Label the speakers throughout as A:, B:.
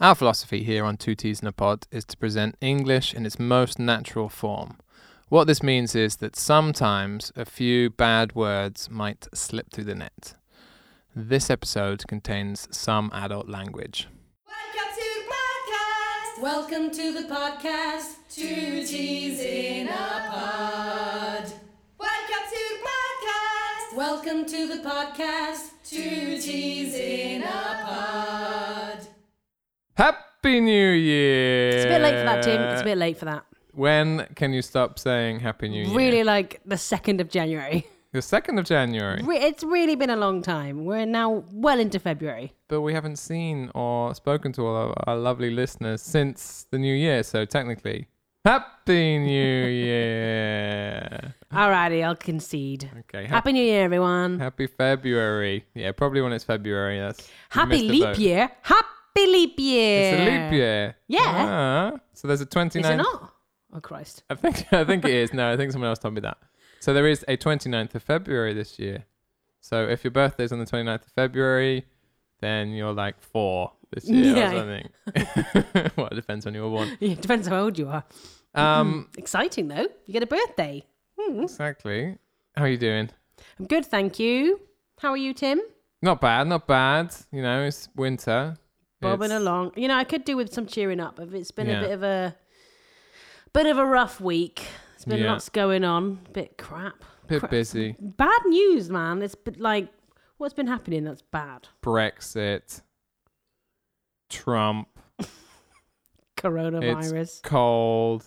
A: Our philosophy here on Two Teas in a Pod is to present English in its most natural form. What this means is that sometimes a few bad words might slip through the net. This episode contains some adult language.
B: Welcome to the podcast.
C: Welcome to the podcast, Two Teas in a Pod.
B: Welcome to the podcast.
C: Welcome to the podcast, Two Teas in a Pod.
A: Happy New Year!
D: It's a bit late for that, Tim. It's a bit late for that.
A: When can you stop saying Happy New Year?
D: Really, like the second of January.
A: The 2nd of January.
D: Re- It's really been a long time. We're now well into February.
A: But we haven't seen or spoken to all of our lovely listeners since the new year, so technically, Happy New Year!
D: Alrighty, I'll concede.
A: Okay, hap-
D: Happy New Year, everyone.
A: happy February. Yeah, probably when it's February. That's you
D: Happy
A: missed the boat.
D: leap year. Happy leap year.
A: It's a leap year.
D: Yeah.
A: Ah, so there's a
D: Is
A: 29th.
D: it not? Oh Christ.
A: I think I think it is. No, I think someone else told me that. So there is a 29th of February this year. So if your birthday's on the 29th of February, then you're like four this year
D: Yeah.
A: or something. well, it depends when you were born.
D: It depends how old you are. Mm-hmm.
A: Um,
D: Exciting though. You get a birthday.
A: exactly. How are you doing?
D: I'm good, thank you. How are you, Tim?
A: Not bad, not bad. You know, it's winter.
D: bobbing
A: It's-
D: along. You know, I could do with some cheering up. If it's been
A: Yeah.
D: a bit of a bit of a rough week. It's been
A: Yeah.
D: lots going on. Bit crap.
A: Bit
D: Crap.
A: busy.
D: Bad news, man. It's been like what's been happening that's bad.
A: Brexit. Trump.
D: Coronavirus.
A: It's cold.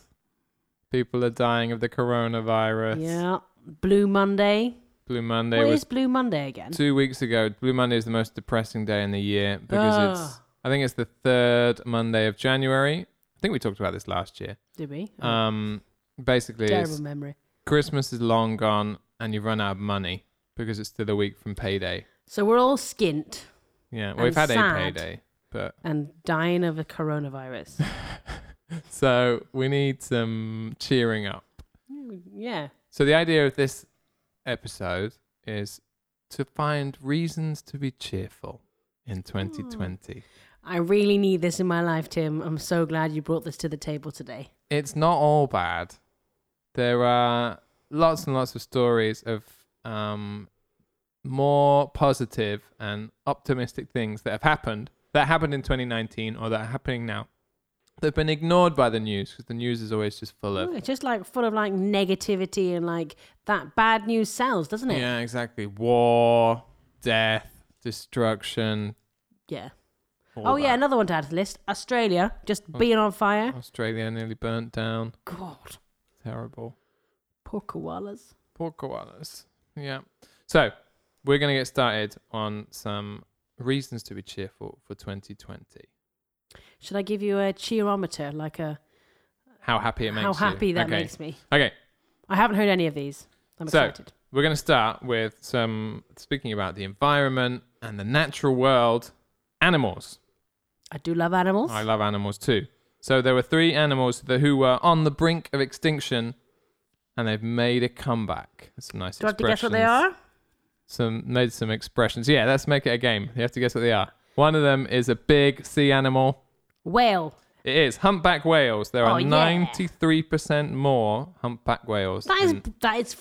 A: People are dying of the coronavirus.
D: Yeah. Blue Monday.
A: Blue Monday
D: What
A: was
D: is Blue Monday again?
A: two weeks ago, Blue Monday is the most depressing day in the year because it's
D: Ah.
A: I think it's the third Monday of January. I think we talked about this last year.
D: Did we? Oh,
A: Um, basically,
D: terrible
A: it's,
D: memory.
A: Christmas is long gone and you've run out of money because it's still a week from payday.
D: So we're all skint
A: Yeah, well,
D: And
A: we've had a
D: sad.
A: payday, but
D: and dying of a coronavirus.
A: so we need some cheering up.
D: yeah.
A: So the idea of this episode is to find reasons to be cheerful in 2020.
D: I really need this in my life, Tim. I'm so glad you brought this to the table today.
A: it's not all bad. There are lots and lots of stories of um, more positive and optimistic things that have happened, that happened in 2019 or that are happening now. They've been ignored by the news because the news is always just full
D: Oh,
A: of.
D: It's just like full of like negativity and like that bad news sells, doesn't it?
A: Yeah, exactly. War, death, destruction.
D: Yeah.
A: all
D: Oh yeah,
A: that. Oh.
D: another one to add to the list. Australia just being on fire.
A: Australia nearly burnt down.
D: God,
A: Terrible.
D: poor koalas.
A: Poor koalas. Yeah. So we're going to get started on some reasons to be cheerful for 2020.
D: Should I give you a cheerometer, like a
A: How happy it makes
D: how
A: you.
D: happy that
A: Okay.
D: makes me?
A: Okay.
D: I haven't heard any of these. I'm
A: So-
D: excited.
A: We're going to start with some speaking about the environment and the natural world, animals.
D: I do love animals.
A: I love animals too. So there were three animals that, who were on the brink of extinction and they've made a comeback. That's some nice
D: do I have to guess what they
A: expressions.
D: are?
A: some made some expressions. Yeah, let's make it a game. You have to guess what they are. One of them is a big sea animal.
D: Whale.
A: It is humpback whales. There are
D: Oh, yeah.
A: ninety three percent more humpback whales.
D: That is
A: than-
D: that is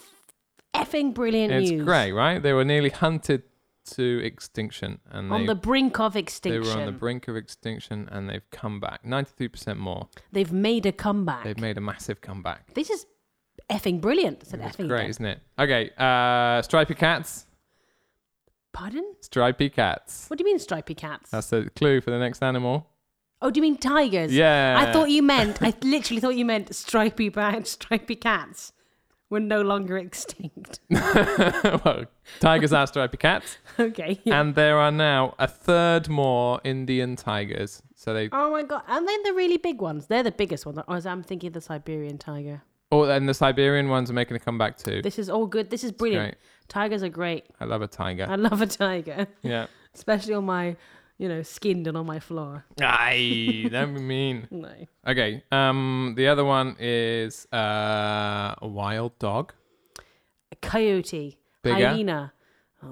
D: effing brilliant
A: Mm. it's
D: news.
A: great, right? They were nearly hunted to extinction, and
D: On
A: they,
D: the brink of
A: they
D: extinction,
A: were on the brink of extinction, and they've come back. Ninety three percent more.
D: they've made a comeback.
A: They've made a massive comeback.
D: this is effing brilliant. I said
A: It's
D: effing
A: great,
D: again.
A: isn't it? Okay, uh, stripy cats.
D: Pardon?
A: Stripy cats.
D: What do you mean stripy cats?
A: That's the clue for the next animal.
D: oh, do you mean tigers?
A: Yeah.
D: I thought you meant. I literally thought you meant stripy bad stripy cats were no longer extinct.
A: well, tigers are stripy cats.
D: okay. yeah.
A: and there are now a third more Indian tigers. So they
D: oh my god! And then the really big ones. They're the biggest ones. Or as I'm thinking, the Siberian tiger.
A: oh, and the Siberian ones are making a comeback too.
D: This is all good. This is brilliant. Tigers are great.
A: I love a tiger.
D: I love a tiger,
A: Yeah.
D: especially on my, you know, skinned and on my floor.
A: Aye, don't be mean.
D: No.
A: Okay. Um, the other one is uh, a wild dog.
D: A coyote,
A: Bigger?
D: hyena, uh,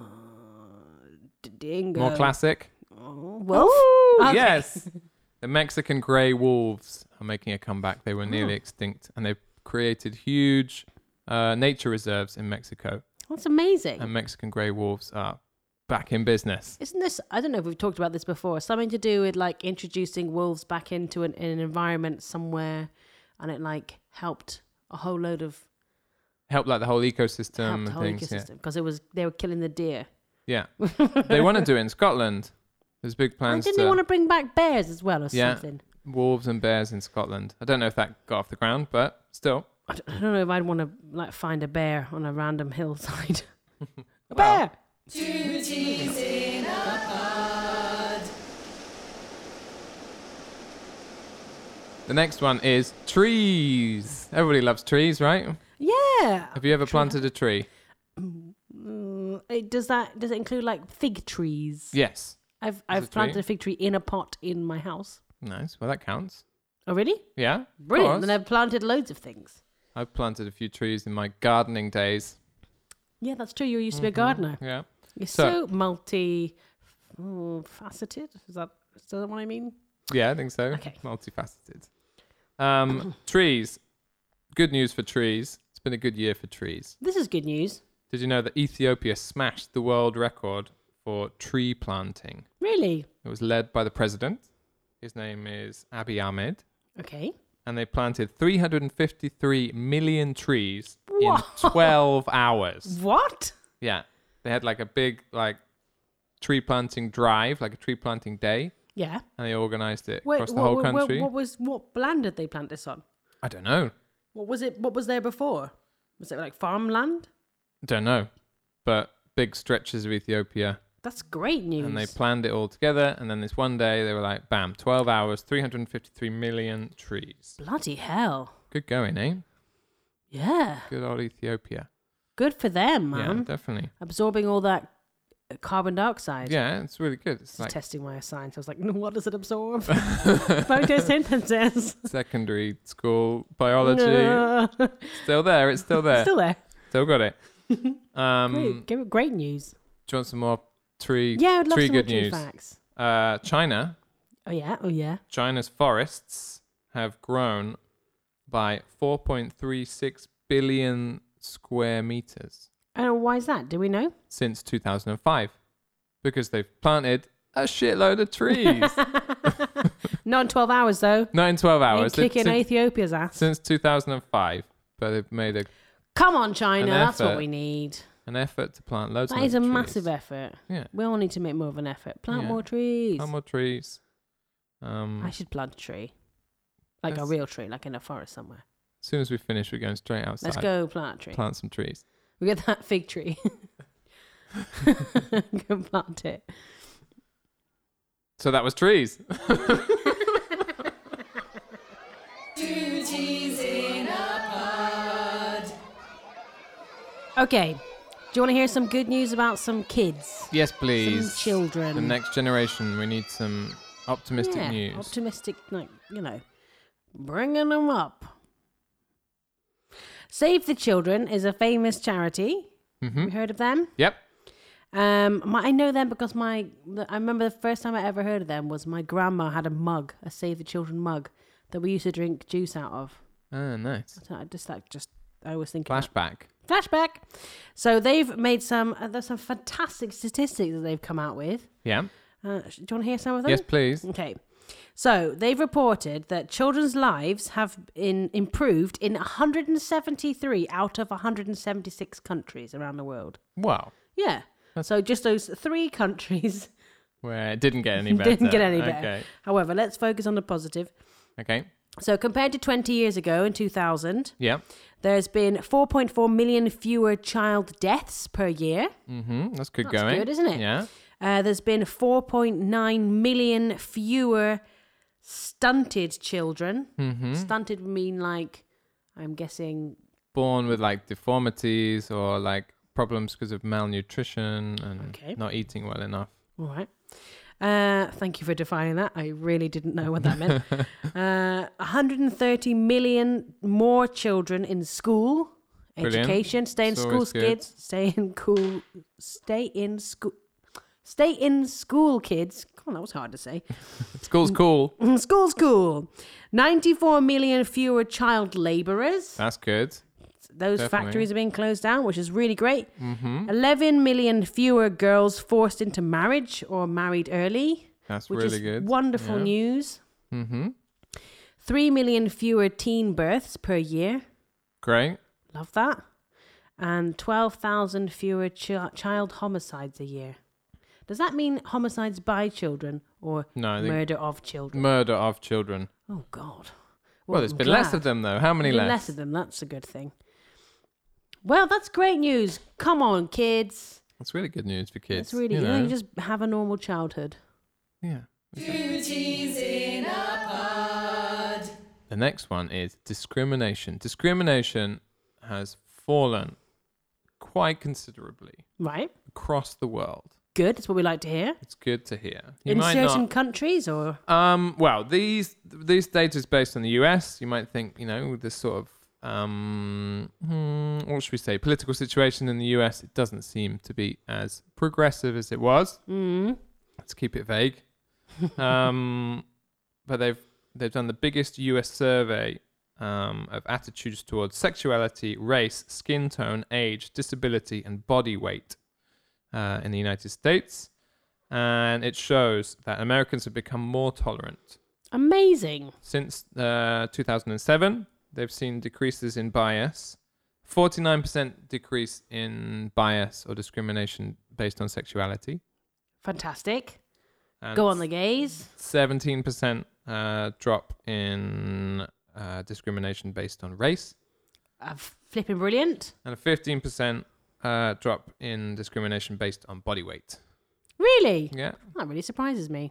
D: d- dingo.
A: More classic.
D: Wolf.
A: Ooh,
D: Okay.
A: Yes. The Mexican gray wolves are making a comeback. They were
D: Oh.
A: nearly extinct, and they've created huge uh, nature reserves in Mexico.
D: That's amazing.
A: And Mexican grey wolves are back in business.
D: Isn't this? I don't know if we've talked about this before. Something to do with like introducing wolves back into an, an environment somewhere, and it like helped a whole load of
A: Help like the whole ecosystem
D: helped the
A: and
D: whole
A: things. yeah.
D: ecosystem because it was they were killing the deer.
A: Yeah. they want to do it in Scotland. There's big
D: And
A: plans
D: didn't
A: to
D: they want to bring back bears as well or
A: Yeah.
D: something?
A: wolves and bears in Scotland. I don't know if that got off the ground, but still.
D: I don't, I don't know if I'd want to like find a bear on a random hillside. a
A: Well,
D: bear.
C: Two teas in a pod.
A: The next one is trees. Everybody loves trees, right?
D: Yeah.
A: Have you ever planted a tree?
D: Mm, it- does that does it include like fig trees?
A: Yes.
D: I've
A: a
D: I've
A: tree.
D: planted a fig tree in a pot in my house.
A: Nice. Well, that counts.
D: Oh really?
A: Yeah. of
D: Brilliant.
A: course.
D: Then I've planted loads of things.
A: I've planted a few trees in my gardening days.
D: Yeah, that's true. You used to be a gardener.
A: Yeah. Mm-hmm.
D: You're
A: So-
D: so, multi mm, faceted. Is that is that what I mean?
A: Yeah, I think so.
D: Okay.
A: Multifaceted. Um, trees. Good news for trees. It's been a good year for trees.
D: This is good news.
A: Did you know that Ethiopia smashed the world record for tree planting?
D: Really?
A: It was led by the president. His name is Abiy Ahmed.
D: Okay.
A: And they planted 353 million trees
D: Whoa.
A: in 12 hours.
D: What?
A: Yeah. They had like a big, like, tree planting drive, like a tree planting day,
D: Yeah.
A: and they organized it
D: Wait,
A: across the
D: what,
A: whole
D: what- what-
A: country.
D: what was what land did they plant this on?
A: I don't know.
D: What was it? What was there before? Was it like farmland?
A: Don't know. But big stretches of Ethiopia.
D: That's great news.
A: And they planned it all together. And then this one day, they were like, bam, 12 hours, 353 million trees.
D: Bloody hell!
A: Good going, eh?
D: Yeah,
A: Good old Ethiopia.
D: good for them,
A: Yeah,
D: man.
A: definitely.
D: Absorbing all that uh, carbon dioxide.
A: Yeah, it's really good. It's
D: Just
A: like
D: testing my science. I was like, "No, what does it absorb? Photosynthesis.
A: secondary school biology.
D: No.
A: Still there. It's still there.
D: Still there.
A: still got it. Um,
D: Great, great- great news.
A: do you want some more tree?
D: Yeah, I'd love
A: tree
D: some more
A: good
D: tree
A: news.
D: facts.
A: Uh, China,
D: Oh yeah, oh yeah.
A: China's forests have grown by 4.36 billion square meters
D: And why is that? Do we know?
A: since 2005 because they've planted a shitload of trees.
D: Not in twelve hours though.
A: Not in 12 hours.
D: Ain't kicking
A: since,
D: Ethiopia's ass.
A: since 2005, but they've made a
D: Come on, China.
A: An
D: That's what
A: effort.
D: we need.
A: an effort to plant loads
D: That
A: and
D: is a
A: loads of
D: massive
A: trees.
D: effort.
A: Yeah.
D: We all need to make more of an effort. Plant
A: Yeah.
D: more trees.
A: Plant more trees. Um,
D: I should plant a tree. Like
A: Let's-
D: a real tree, like in a forest somewhere.
A: as soon as we finish, we're going straight outside.
D: Let's go plant a tree.
A: Plant some trees.
D: We get that fig tree. go plant it.
A: So that was trees.
C: Two teas in a pod.
D: Okay. Do you want to hear some good news about some kids?
A: yes, please.
D: Some children.
A: The next generation. We need some optimistic
D: yeah,
A: news.
D: Optimistic, like, you know, bringing them up. Save the Children is a famous charity.
A: Mhm.
D: You heard of them?
A: yep.
D: Um, my, I know them because my the, I remember the first time I ever heard of them was my grandma had a mug, a Save the Children mug that we used to drink juice out of.
A: Ah, nice.
D: So I just like just I was thinking that.
A: Flashback.
D: flashback. So they've made some uh, there's some fantastic statistics that they've come out with.
A: Yeah.
D: Uh, sh- do you want to hear some of them?
A: Yes, please.
D: Okay. So they've reported that children's lives have in, improved in 173 out of 176 countries around the world.
A: Wow.
D: Yeah. So just those three countries
A: Where it didn't get any better.
D: Didn't get any better.
A: Okay.
D: However, let's focus on the positive.
A: Okay.
D: So, compared to 20 years ago in 2000,
A: Yeah.
D: there's been 4.4 million fewer child deaths per year.
A: Mm-hmm. That's good
D: That's
A: going.
D: good, isn't it?
A: Yeah.
D: Uh, there's been 4.9 million fewer stunted children.
A: Mm-hmm. Hmm?
D: Stunted would mean like, I'm guessing,
A: Born with like deformities or like problems because of malnutrition and
D: Okay.
A: not eating well enough.
D: all right. Uh, thank you for defining that. I really didn't know what that meant. uh, 130 million more children in school,
A: Brilliant.
D: education, stay in
A: It's
D: school,
A: always good.
D: kids, stay in cool, stay in school, Stay in school, kids. Come on, that was hard to say. Mm.
A: School's cool.
D: School's cool. 94 million fewer child labourers.
A: That's good.
D: Those
A: definitely. Mm-hmm.
D: factories are being closed down, which is really great. 11 million fewer girls forced into marriage or married early,
A: That's
D: which
A: really
D: is
A: good.
D: wonderful
A: Yeah.
D: news. Mm-hmm. 3 million fewer teen births per year.
A: Great.
D: Love that. And 12,000 fewer ch- child homicides a year. Does that mean homicides by children or
A: No, I think-
D: murder of children?
A: Murder of children.
D: oh, God.
A: Well, there's
D: I'm
A: been less of
D: glad.
A: them though. How many
D: Been
A: less?
D: less of them. That's a good thing. Well, that's great news. Come on, kids.
A: That's really good news for kids.
D: It's really,
A: you
D: you, know,
A: know.
D: you just have a normal childhood.
A: yeah.
C: Duties in a pod.
A: The next one is discrimination. Discrimination has fallen quite considerably
D: Right?
A: across the world.
D: Good. That's what we like to hear.
A: It's good to hear. You
D: In
A: might
D: certain
A: not.
D: countries or.
A: Um, well, these these data is based on the US. You might think, you know, this sort of um, hmm, what should we say? Political situation in the US. It doesn't seem to be as progressive as it was.
D: Mm,
A: Let's keep it vague. Um, but they've they've done the biggest US survey um, of attitudes towards sexuality, race, skin tone, age, disability, and body weight uh, in the United States. And it shows that Americans have become more tolerant.
D: amazing.
A: Since uh, 2007, they've seen decreases in bias, 49% decrease in bias or discrimination based on sexuality.
D: Fantastic.
A: And
D: Go on the gays.
A: seventeen percent uh, drop in uh, discrimination based on race,
D: Uh, flipping brilliant.
A: and a fifteen percent uh, drop in discrimination based on body weight.
D: Really?
A: Yeah, hmm,
D: That really surprises me.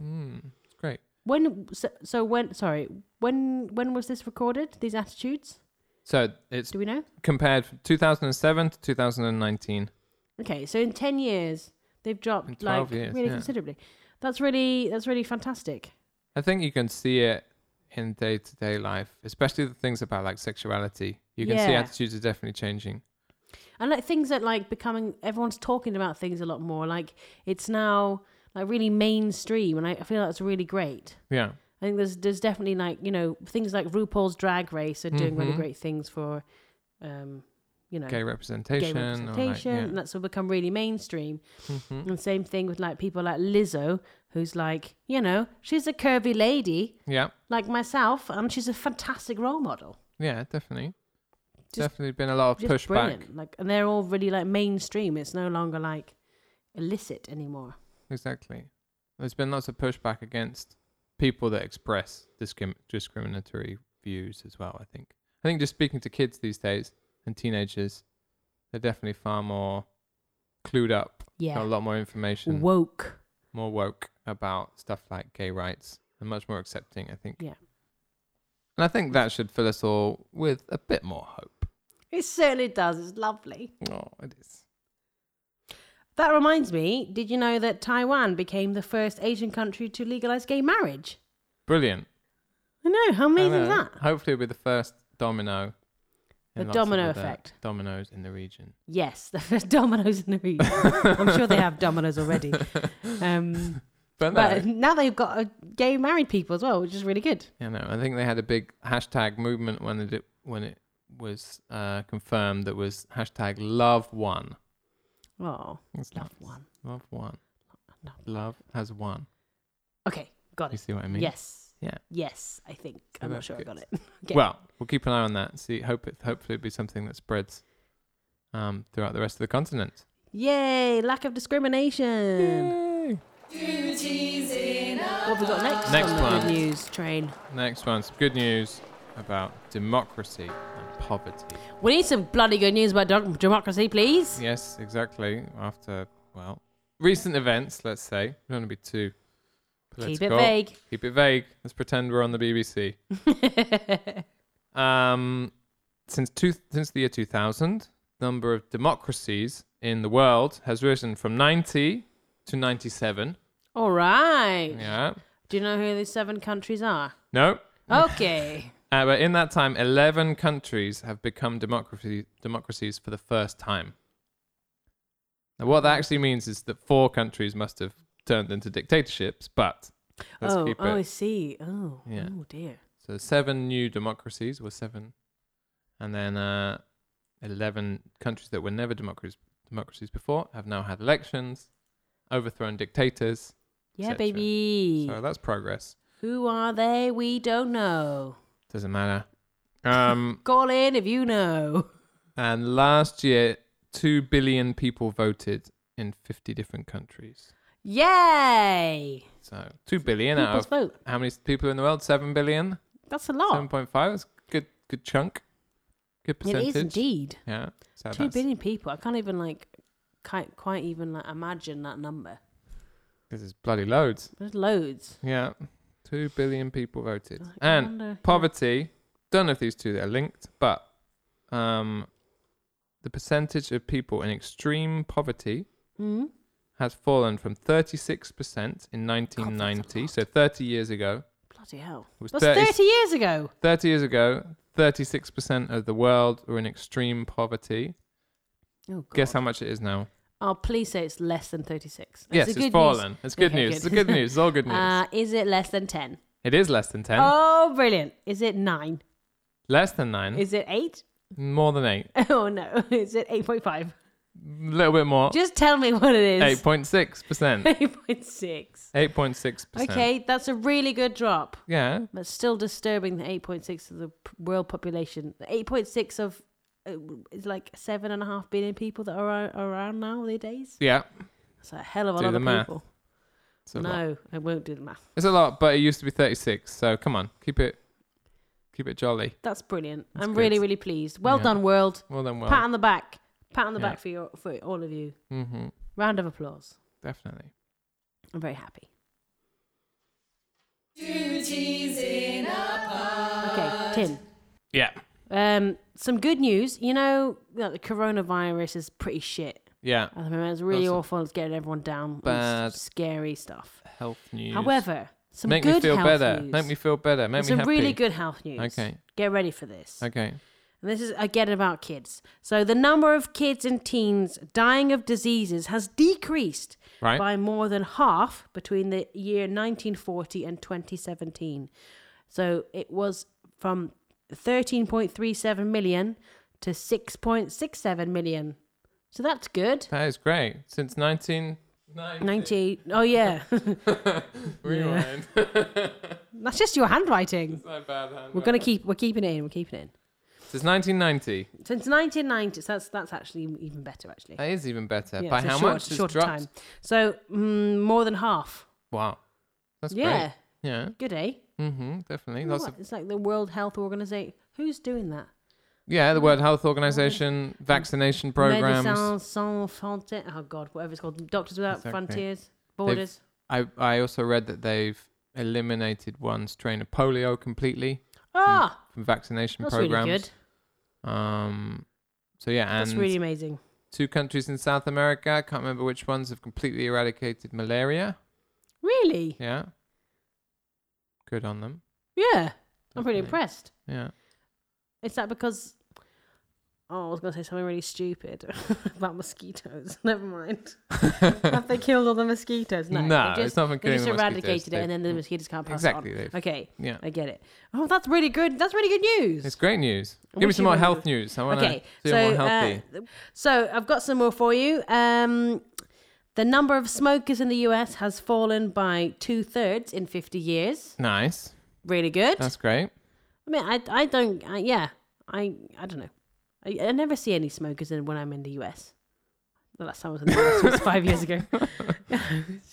A: it's great.
D: When so, so when sorry when when was this recorded? These attitudes?
A: So it's
D: Do we know?
A: compared from 2007 to 2019.
D: Okay, so in ten years they've dropped
A: 12
D: like
A: years,
D: really
A: yeah.
D: considerably. That's really that's really fantastic.
A: I think you can see it in day to day life, especially the things about like sexuality. You can see
D: Yeah.
A: attitudes are definitely changing.
D: And like things that like becoming everyone's talking about things a lot more. Like it's now like really mainstream, and I, I feel that's really great.
A: Yeah,
D: I think there's there's definitely like you know things like RuPaul's Drag Race are doing really
A: Mhm.
D: great things for, um, you know,
A: gay representation.
D: gay
A: or, like,
D: representation,
A: yeah. Mm-hmm.
D: and that's all become really mainstream. And same thing with like people like Lizzo, who's like, you know, she's a curvy lady
A: yeah,
D: like myself, and she's a fantastic role model.
A: yeah, definitely.
D: Just-
A: definitely been a lot of
D: Just
A: pushback.
D: brilliant. Like, and they're all really like mainstream. It's no longer like illicit anymore.
A: Exactly. There's been lots of pushback against people that express discrim- discriminatory views as well, I think. I think just speaking to kids these days and teenagers, they're definitely far more clued up, got a
D: Yeah,
A: lot more information,
D: woke.
A: more woke about stuff like gay rights and much more accepting, I think.
D: Yeah.
A: And I think that should fill us all with a bit more hope.
D: It certainly does. It's lovely.
A: Oh, it is.
D: That reminds me. Did you know that Taiwan became the first Asian country to legalize gay marriage?
A: Brilliant.
D: I know. How
A: I
D: amazing is
A: know.
D: that?
A: Hopefully, it'll be the first domino.
D: The
A: in lots of
D: domino
A: other
D: effect.
A: Dominoes in the region.
D: Yes, the first dominoes in the region. I'm sure they have dominoes already. Um,
A: But,
D: but
A: no,
D: now they've got uh, gay married people as well, which is really good.
A: you know, I think they had a big hashtag movement when it when it was uh, confirmed that was hashtag love one.
D: Oh,
A: It's
D: love
A: nice.
D: one.
A: Love one.
D: Love
A: Love has one.
D: Okay, got
A: You
D: it.
A: see what I mean?
D: Yes.
A: Yeah. Oh,
D: Yes, I think. I'm not
A: that's
D: sure
A: good.
D: I got it. Okay.
A: Well, we'll keep an eye on that. and See, hope it hopefully it'll be something that spreads um, throughout the rest of the continent.
D: Yay, lack of discrimination.
A: Yay.
C: Duties in a
D: What have we got next?
A: Next
D: on the
A: one.
D: Good news train.
A: Next one, some good news about democracy and poverty.
D: We need some bloody good news about doc- democracy, please.
A: Yes, exactly. After well, recent events, let's say. We don't want to be too
D: Keep
A: political.
D: it vague.
A: Keep it vague. Let's pretend we're on the BBC. um, since two, since the year 2000, number of democracies in the world has risen from 90 to 97.
D: All right.
A: Yeah.
D: Do you know who the seven countries are?
A: No.
D: Okay.
A: Uh, but in that time, 11 countries have become democracy, democracies for the first time. Now, what that actually means is that four countries must have turned into dictatorships, but let's
D: oh,
A: keep
D: oh, I
A: it.
D: see. Oh,
A: Yeah.
D: oh dear.
A: So seven new democracies were seven, and then uh, eleven countries that were never democracies democracies before have now had elections, overthrown dictators.
D: Yeah,
A: Etcetera.
D: baby.
A: So that's progress.
D: Who are they? We don't know.
A: Doesn't matter. Um,
D: Call in if you know.
A: and last year, two billion people voted in fifty different countries.
D: Yay!
A: So two billion out
D: People's
A: of
D: vote.
A: how many people in the world? Seven billion.
D: That's a lot.
A: Seven point five. That's a good. Good chunk. Good
D: Oh. It
A: percentage.
D: is indeed.
A: Yeah. So
D: Two
A: Oh, that's-
D: billion people. I can't even like quite, quite even like imagine that number.
A: This is bloody loads.
D: There's loads.
A: Yeah. Two billion people voted.
D: I
A: And
D: wonder-
A: poverty, don't know if these two are linked, but um, the percentage of people in extreme poverty
D: Mhm.
A: has fallen from 36% in 1990, so 30 years ago.
D: Bloody hell.
A: It was
D: That's
A: 30,
D: 30 years ago.
A: 30 years ago, 36% of the world were in extreme poverty.
D: Oh, God.
A: Guess how much it is now?
D: Oh, please say it's less than 36. That's
A: yes,
D: the
A: it's
D: good news.
A: fallen. It's good
D: Okay,
A: news.
D: good.
A: It's good news. It's all good news.
D: Uh, is it less than 10?
A: it is less than 10.
D: Oh, brilliant. Is it 9?
A: less than 9.
D: Is it 8?
A: more than 8.
D: Oh, no. Is it 8.5?
A: A little bit more.
D: Just tell me what it is.
A: Oh. Eight point six percent.
D: 8.6.
A: Eight point six percent.
D: Okay, that's a really good drop.
A: Yeah.
D: But still disturbing the 8.6 of the p- world population. The 8.6 of uh, it's like 7.5 billion people that are ar- around nowadays.
A: Yeah.
D: That's a hell of a
A: Do
D: lot
A: the
D: of
A: math.
D: people.
A: It's a lot.
D: No, I won't do the math.
A: It's a lot, but it used to be thirty six. So come on, keep it, keep it jolly.
D: That's brilliant.
A: That's
D: I'm
A: good.
D: really, really pleased. Well
A: Yeah.
D: done, world.
A: Well then,
D: Pat
A: well.
D: on the back. Pat on the
A: Yeah.
D: back for your for all of you.
A: Mm-hmm.
D: Round of applause.
A: Definitely.
D: I'm very happy.
C: Duties in a pod.
D: Okay, Tim.
A: Yeah.
D: Um, some good news. You know that the coronavirus is pretty shit.
A: Yeah.
D: I mean, it's really
A: Lots of
D: awful. It's getting everyone down.
A: bad
D: It's scary stuff.
A: Health news.
D: However, some
A: make
D: good
A: me feel
D: health
A: better.
D: news.
A: Make me feel better. Make
D: it's
A: me
D: a
A: happy.
D: really good health news.
A: Okay.
D: Get ready for this.
A: Okay.
D: And this is again about kids. So the number of kids and teens dying of diseases has decreased
A: Right.
D: by more than half between the year 1940 and 2017. So it was from 13.37 million to 6.67 million. So that's good.
A: That is great. Since nineteen ninety.
D: 98. Oh yeah.
A: Rewind.
D: that's just your handwriting.
A: My bad hand.
D: We're going to keep we're keeping it in. We're keeping it in.
A: Since nineteen ninety.
D: Since 1990, so that's that's actually even better actually.
A: That is even better.
D: Yeah,
A: uh, By
D: so
A: how
D: short-
A: much? It's
D: shorter
A: dropped.
D: time. So mm, more than half.
A: Wow. That's
D: yeah,
A: great. Yeah.
D: good eh?
A: Mm-hmm. Definitely. Lots of
D: What? It's like the World Health Organization. Who's doing that?
A: Yeah, the World Health Organization, vaccination programs.
D: Médecins Sans Frontières. Oh God, whatever it's called. Doctors Without
A: Exactly.
D: Frontiers, borders.
A: I, I also read that they've eliminated one strain of polio completely
D: Ah,
A: from vaccination
D: that's
A: programs.
D: really good.
A: Um, so yeah,
D: That's
A: and
D: really amazing.
A: two countries in South America, I can't remember which ones, have completely eradicated malaria.
D: Really?
A: Yeah. Good on them.
D: Yeah, I'm pretty
A: Definitely.
D: impressed.
A: Yeah.
D: Is that because? Oh, I was gonna say something really stupid about mosquitoes. Never mind. Have they killed all the mosquitoes? No,
A: No,
D: they just,
A: it's not from
D: they
A: killing
D: just
A: the mosquitoes.
D: eradicated it, and
A: They've-
D: then the mosquitoes can't pass it on.
A: Exactly. they've-
D: Okay,
A: Yeah.
D: I get it. Oh, that's really good. That's really good news.
A: It's great news.
D: I
A: Give me
D: wish
A: some
D: you
A: more
D: were-
A: health news. I want to
D: okay,
A: feel
D: so
A: more healthy.
D: uh, so I've got some more for you. Um, the number of smokers in the U.S. has fallen by two thirds in 50 years.
A: nice.
D: Really good.
A: That's great.
D: I mean, I I don't. I, yeah, I I don't know. I, I never see any smokers in, when I'm in the U.S. The last time I was in the U.S. was five years ago.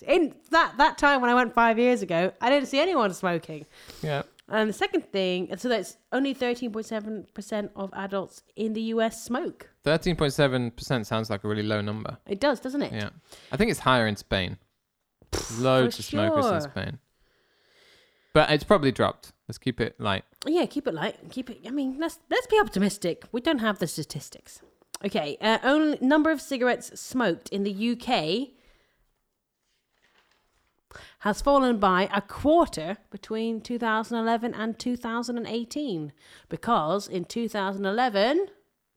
D: in that that time when I went five years ago, I didn't see anyone smoking.
A: Yeah.
D: And the second thing, so that's only 13.7% of adults in the US smoke.
A: Thirteen point seven percent sounds like a really low number.
D: It does, doesn't it?
A: Yeah, I think it's higher in Spain. Loads
D: for
A: of smokers in
D: sure.
A: Spain, but it's probably dropped. Let's keep it light.
D: Yeah, keep it light. Keep it. I mean, let's let's be optimistic. We don't have the statistics. Okay, uh, only number of cigarettes smoked in the UK has fallen by a quarter between 2011 and 2018 because in 2011,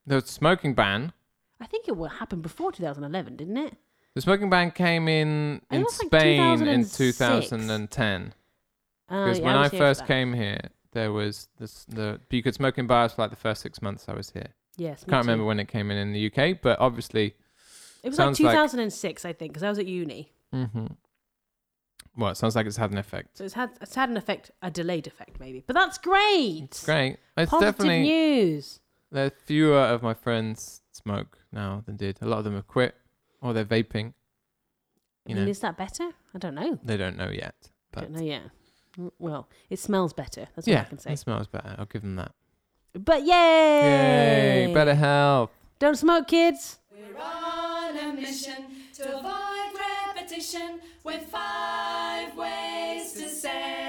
A: The smoking ban.
D: I think it wa- happened before 2011, didn't it?
A: The smoking ban came in
D: I
A: in
D: think it was like
A: Spain in
D: 2006.
A: 2010.
D: Uh,
A: Because
D: yeah,
A: when
D: I
A: I
D: was here for
A: first
D: that.
A: came here, there was this the you could smoke in bars for like the first six months I was here.
D: yes, me
A: Can't
D: too.
A: remember when it came in in the UK, but obviously,
D: It was like
A: sounds like-
D: 2006, I think, because I was at uni,
A: mm-hmm. well, it sounds like it's had an effect.
D: so it's had it's had an effect, a delayed effect maybe, but that's great.
A: It's great. It's
D: Positive
A: definitely
D: news.
A: there. Fewer of my friends smoke now than did. A lot of them have quit or they're vaping.
D: I
A: You
D: mean,
A: know,
D: is that better? I don't know.
A: they don't know yet. But
D: don't know yet. Mm, Well, it smells better. That's all
A: yeah,
D: I can say.
A: it smells better. I'll give them that.
D: But yay!
A: Yay! Better health.
D: Don't smoke, kids.
C: We're on a mission to avoid repetition with five ways to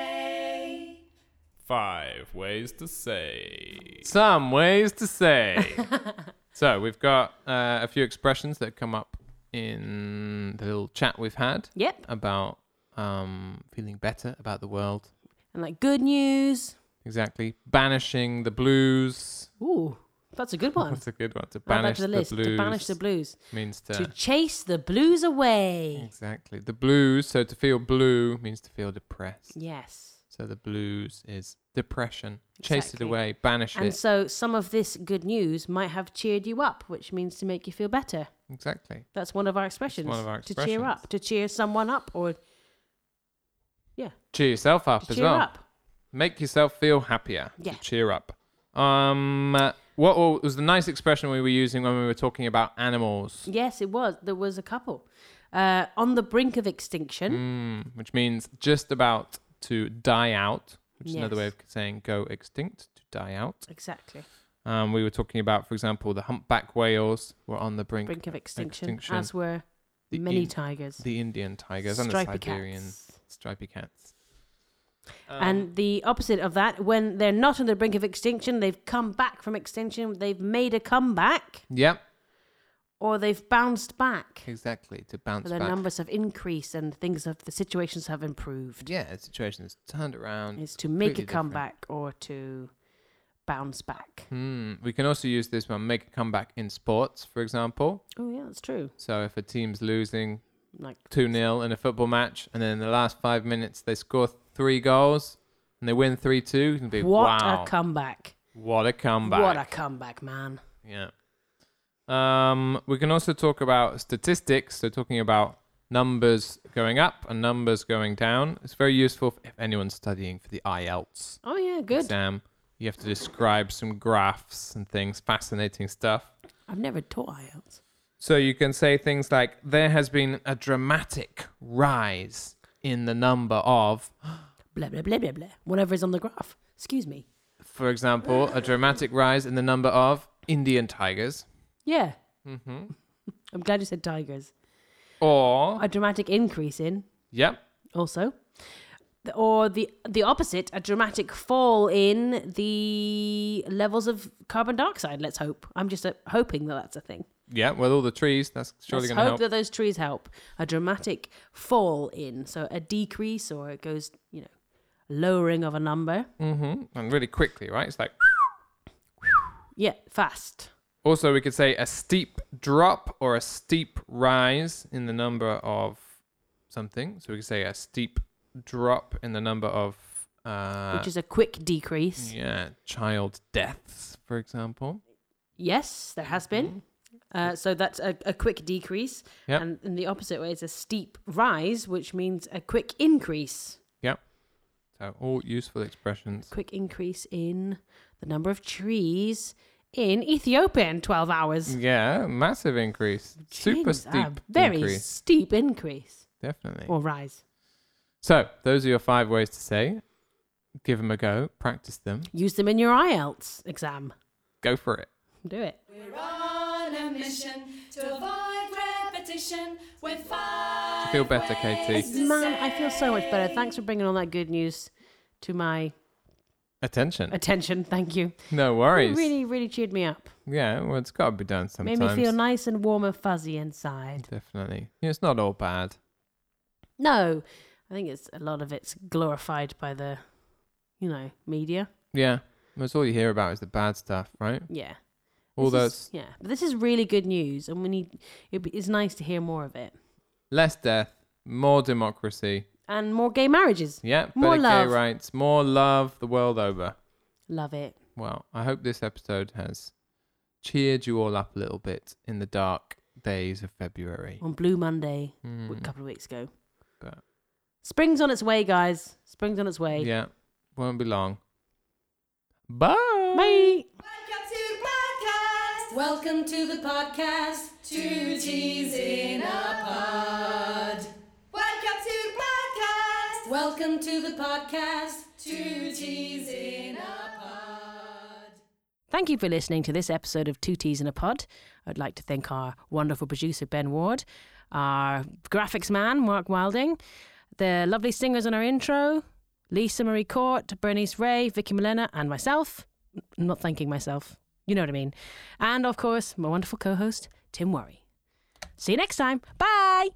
C: say.
E: Five ways to say.
A: Some ways to say. so we've got uh, a few expressions that come up in the little chat we've had
D: Yep.
A: about um, feeling better about the world.
D: And like good news.
A: Exactly. Banishing the blues.
D: Ooh, that's a good one.
A: That's a good one. To
D: Add that
A: banish
D: to the list.
A: blues
D: to banish the blues.
A: means to.
D: To chase the blues away.
A: Exactly. The blues. So to feel blue means to feel depressed.
D: Yes.
A: So the blues is depression. Chase it
D: Exactly.
A: away. Banish
D: And
A: it.
D: so some of this good news might have cheered you up, which means to make you feel better.
A: exactly.
D: That's one of our expressions.
A: one of our
D: To cheer
A: expressions.
D: up, to cheer someone up, or
A: Cheer yourself up
D: to
A: as
D: cheer
A: well.
D: up.
A: Make yourself feel happier.
D: Yeah.
A: Cheer up. Um, uh, what wa- was the nice expression we were using when we were talking about animals,
D: Yes, it was. There was a couple uh, on the brink of extinction.
A: mm, which means just about to die out, which is another way
D: Yes.
A: of saying go extinct, to die out.
D: Exactly,
A: Um, we were talking about, for example, the humpback whales were on the brink,
D: brink of extinction,
A: extinction.
D: as were
A: the
D: many
A: in-
D: tigers,
A: the Indian tigers and the
D: stripy
A: Siberian
D: cats.
A: stripy cats. Um,
D: and the opposite of that, when they're not on the brink of extinction, they've come back from extinction. They've made a comeback,
A: Yep,
D: or they've bounced back.
A: exactly. To bounce
D: Their
A: back.
D: numbers have increased, and things have the situations have improved.
A: yeah, the situation is turned around.
D: is to make
A: completely
D: a
A: different.
D: comeback or to bounce back.
A: Hmm. We can also use this one, make a comeback in sports, for example.
D: Oh yeah, that's true.
A: So if a team's losing
D: Like
A: 2 0 in a football match and then in the last five minutes they score three goals and they win 3 2, you can be
D: what
A: wow.
D: a comeback.
A: what a comeback.
D: What a comeback, man.
A: yeah. Um, we can also talk about statistics. So talking about numbers going up and numbers going down. It's very useful if anyone's studying for the E IELTS
D: Oh yeah, good.
A: exam. You have to describe some graphs and things, fascinating stuff.
D: I've never taught IELTS.
A: So you can say things like, there has been a dramatic rise in the number of,
D: Blah blah blah blah blah. Whatever is on the graph. Excuse me.
A: for example, a dramatic rise in the number of Indian tigers
D: Yeah. Mm-hmm. I'm glad you said tigers.
A: or,
D: A dramatic increase in
A: yep,
D: also, The- or the the opposite, a dramatic fall in the levels of carbon dioxide. Let's hope. I'm just uh, hoping that that's a thing.
A: yeah, well, all the trees, that's surely
D: Let's
A: going
D: hope
A: to help.
D: that those trees help. A dramatic fall in, so a decrease or it goes, you know, lowering of a number.
A: hmm And really quickly, right? It's like,
D: Yeah, fast.
A: also we could say a steep drop or a steep rise in the number of something. So we could say a steep drop in the number of, uh,
D: which is a quick decrease.
A: yeah, child deaths, for example.
D: Yes, there has been. Uh, so that's a, a quick decrease.
A: Yep.
D: And in the opposite way, it's a steep rise, which means a quick increase.
A: Yep. So all useful expressions.
D: Quick increase in the number of trees in Ethiopia in 12 hours.
A: Yeah, massive increase. Mm. Super
D: Jeez, a
A: steep
D: very
A: increase.
D: steep increase
A: Definitely.
D: or rise.
A: So those are your five ways to say. Give them a go. Practice them.
D: Use them in your IELTS exam.
A: Go for it.
D: Do it.
C: We're on a mission to avoid repetition with five
A: feel better, Katie?
C: ways to
D: Man, I feel so much better.
C: say.
D: Thanks for bringing all that good news to my
A: Attention.
D: attention. Thank you.
A: No
D: It
A: worries.
D: really, really cheered me up.
A: Yeah, well, it's got to be done sometimes.
D: Made me feel nice and warm and fuzzy inside.
A: Definitely. Yeah, it's not all bad.
D: No, I think it's a lot of it's glorified by the, you know, media.
A: Yeah. That's all you hear about is the bad stuff, right?
D: Yeah.
A: All
D: This
A: those.
D: is- yeah, but this is really good news, and we need. It'd be, it's nice to hear more of it.
A: less death, more democracy.
D: and more gay marriages.
A: Yeah, better
D: More love.
A: gay rights, more love the world over.
D: Love it.
A: Well, I hope this episode has cheered you all up a little bit in the dark days of February.
D: On Blue Monday
A: Mm,
D: a couple of weeks ago.
A: But-
D: Spring's on its way, guys. Spring's on its way.
A: yeah, won't be long. Bye.
D: Bye.
B: Welcome to the podcast.
C: Welcome to the podcast. Two teas in a pod.
B: Welcome to the podcast.
C: Welcome to the podcast. Two teas in a pod.
D: Thank you for listening to this episode of Two Teas in a Pod. I'd like to thank our wonderful producer, Ben Ward, our graphics man, Mark Wilding, the lovely singers on our intro, Lisa Marie Court, Bernice Ray, Vicky Milena, and myself. I'm not thanking myself. You know what I mean. And of course, my wonderful co host, Tim Worry. See you next time. Bye.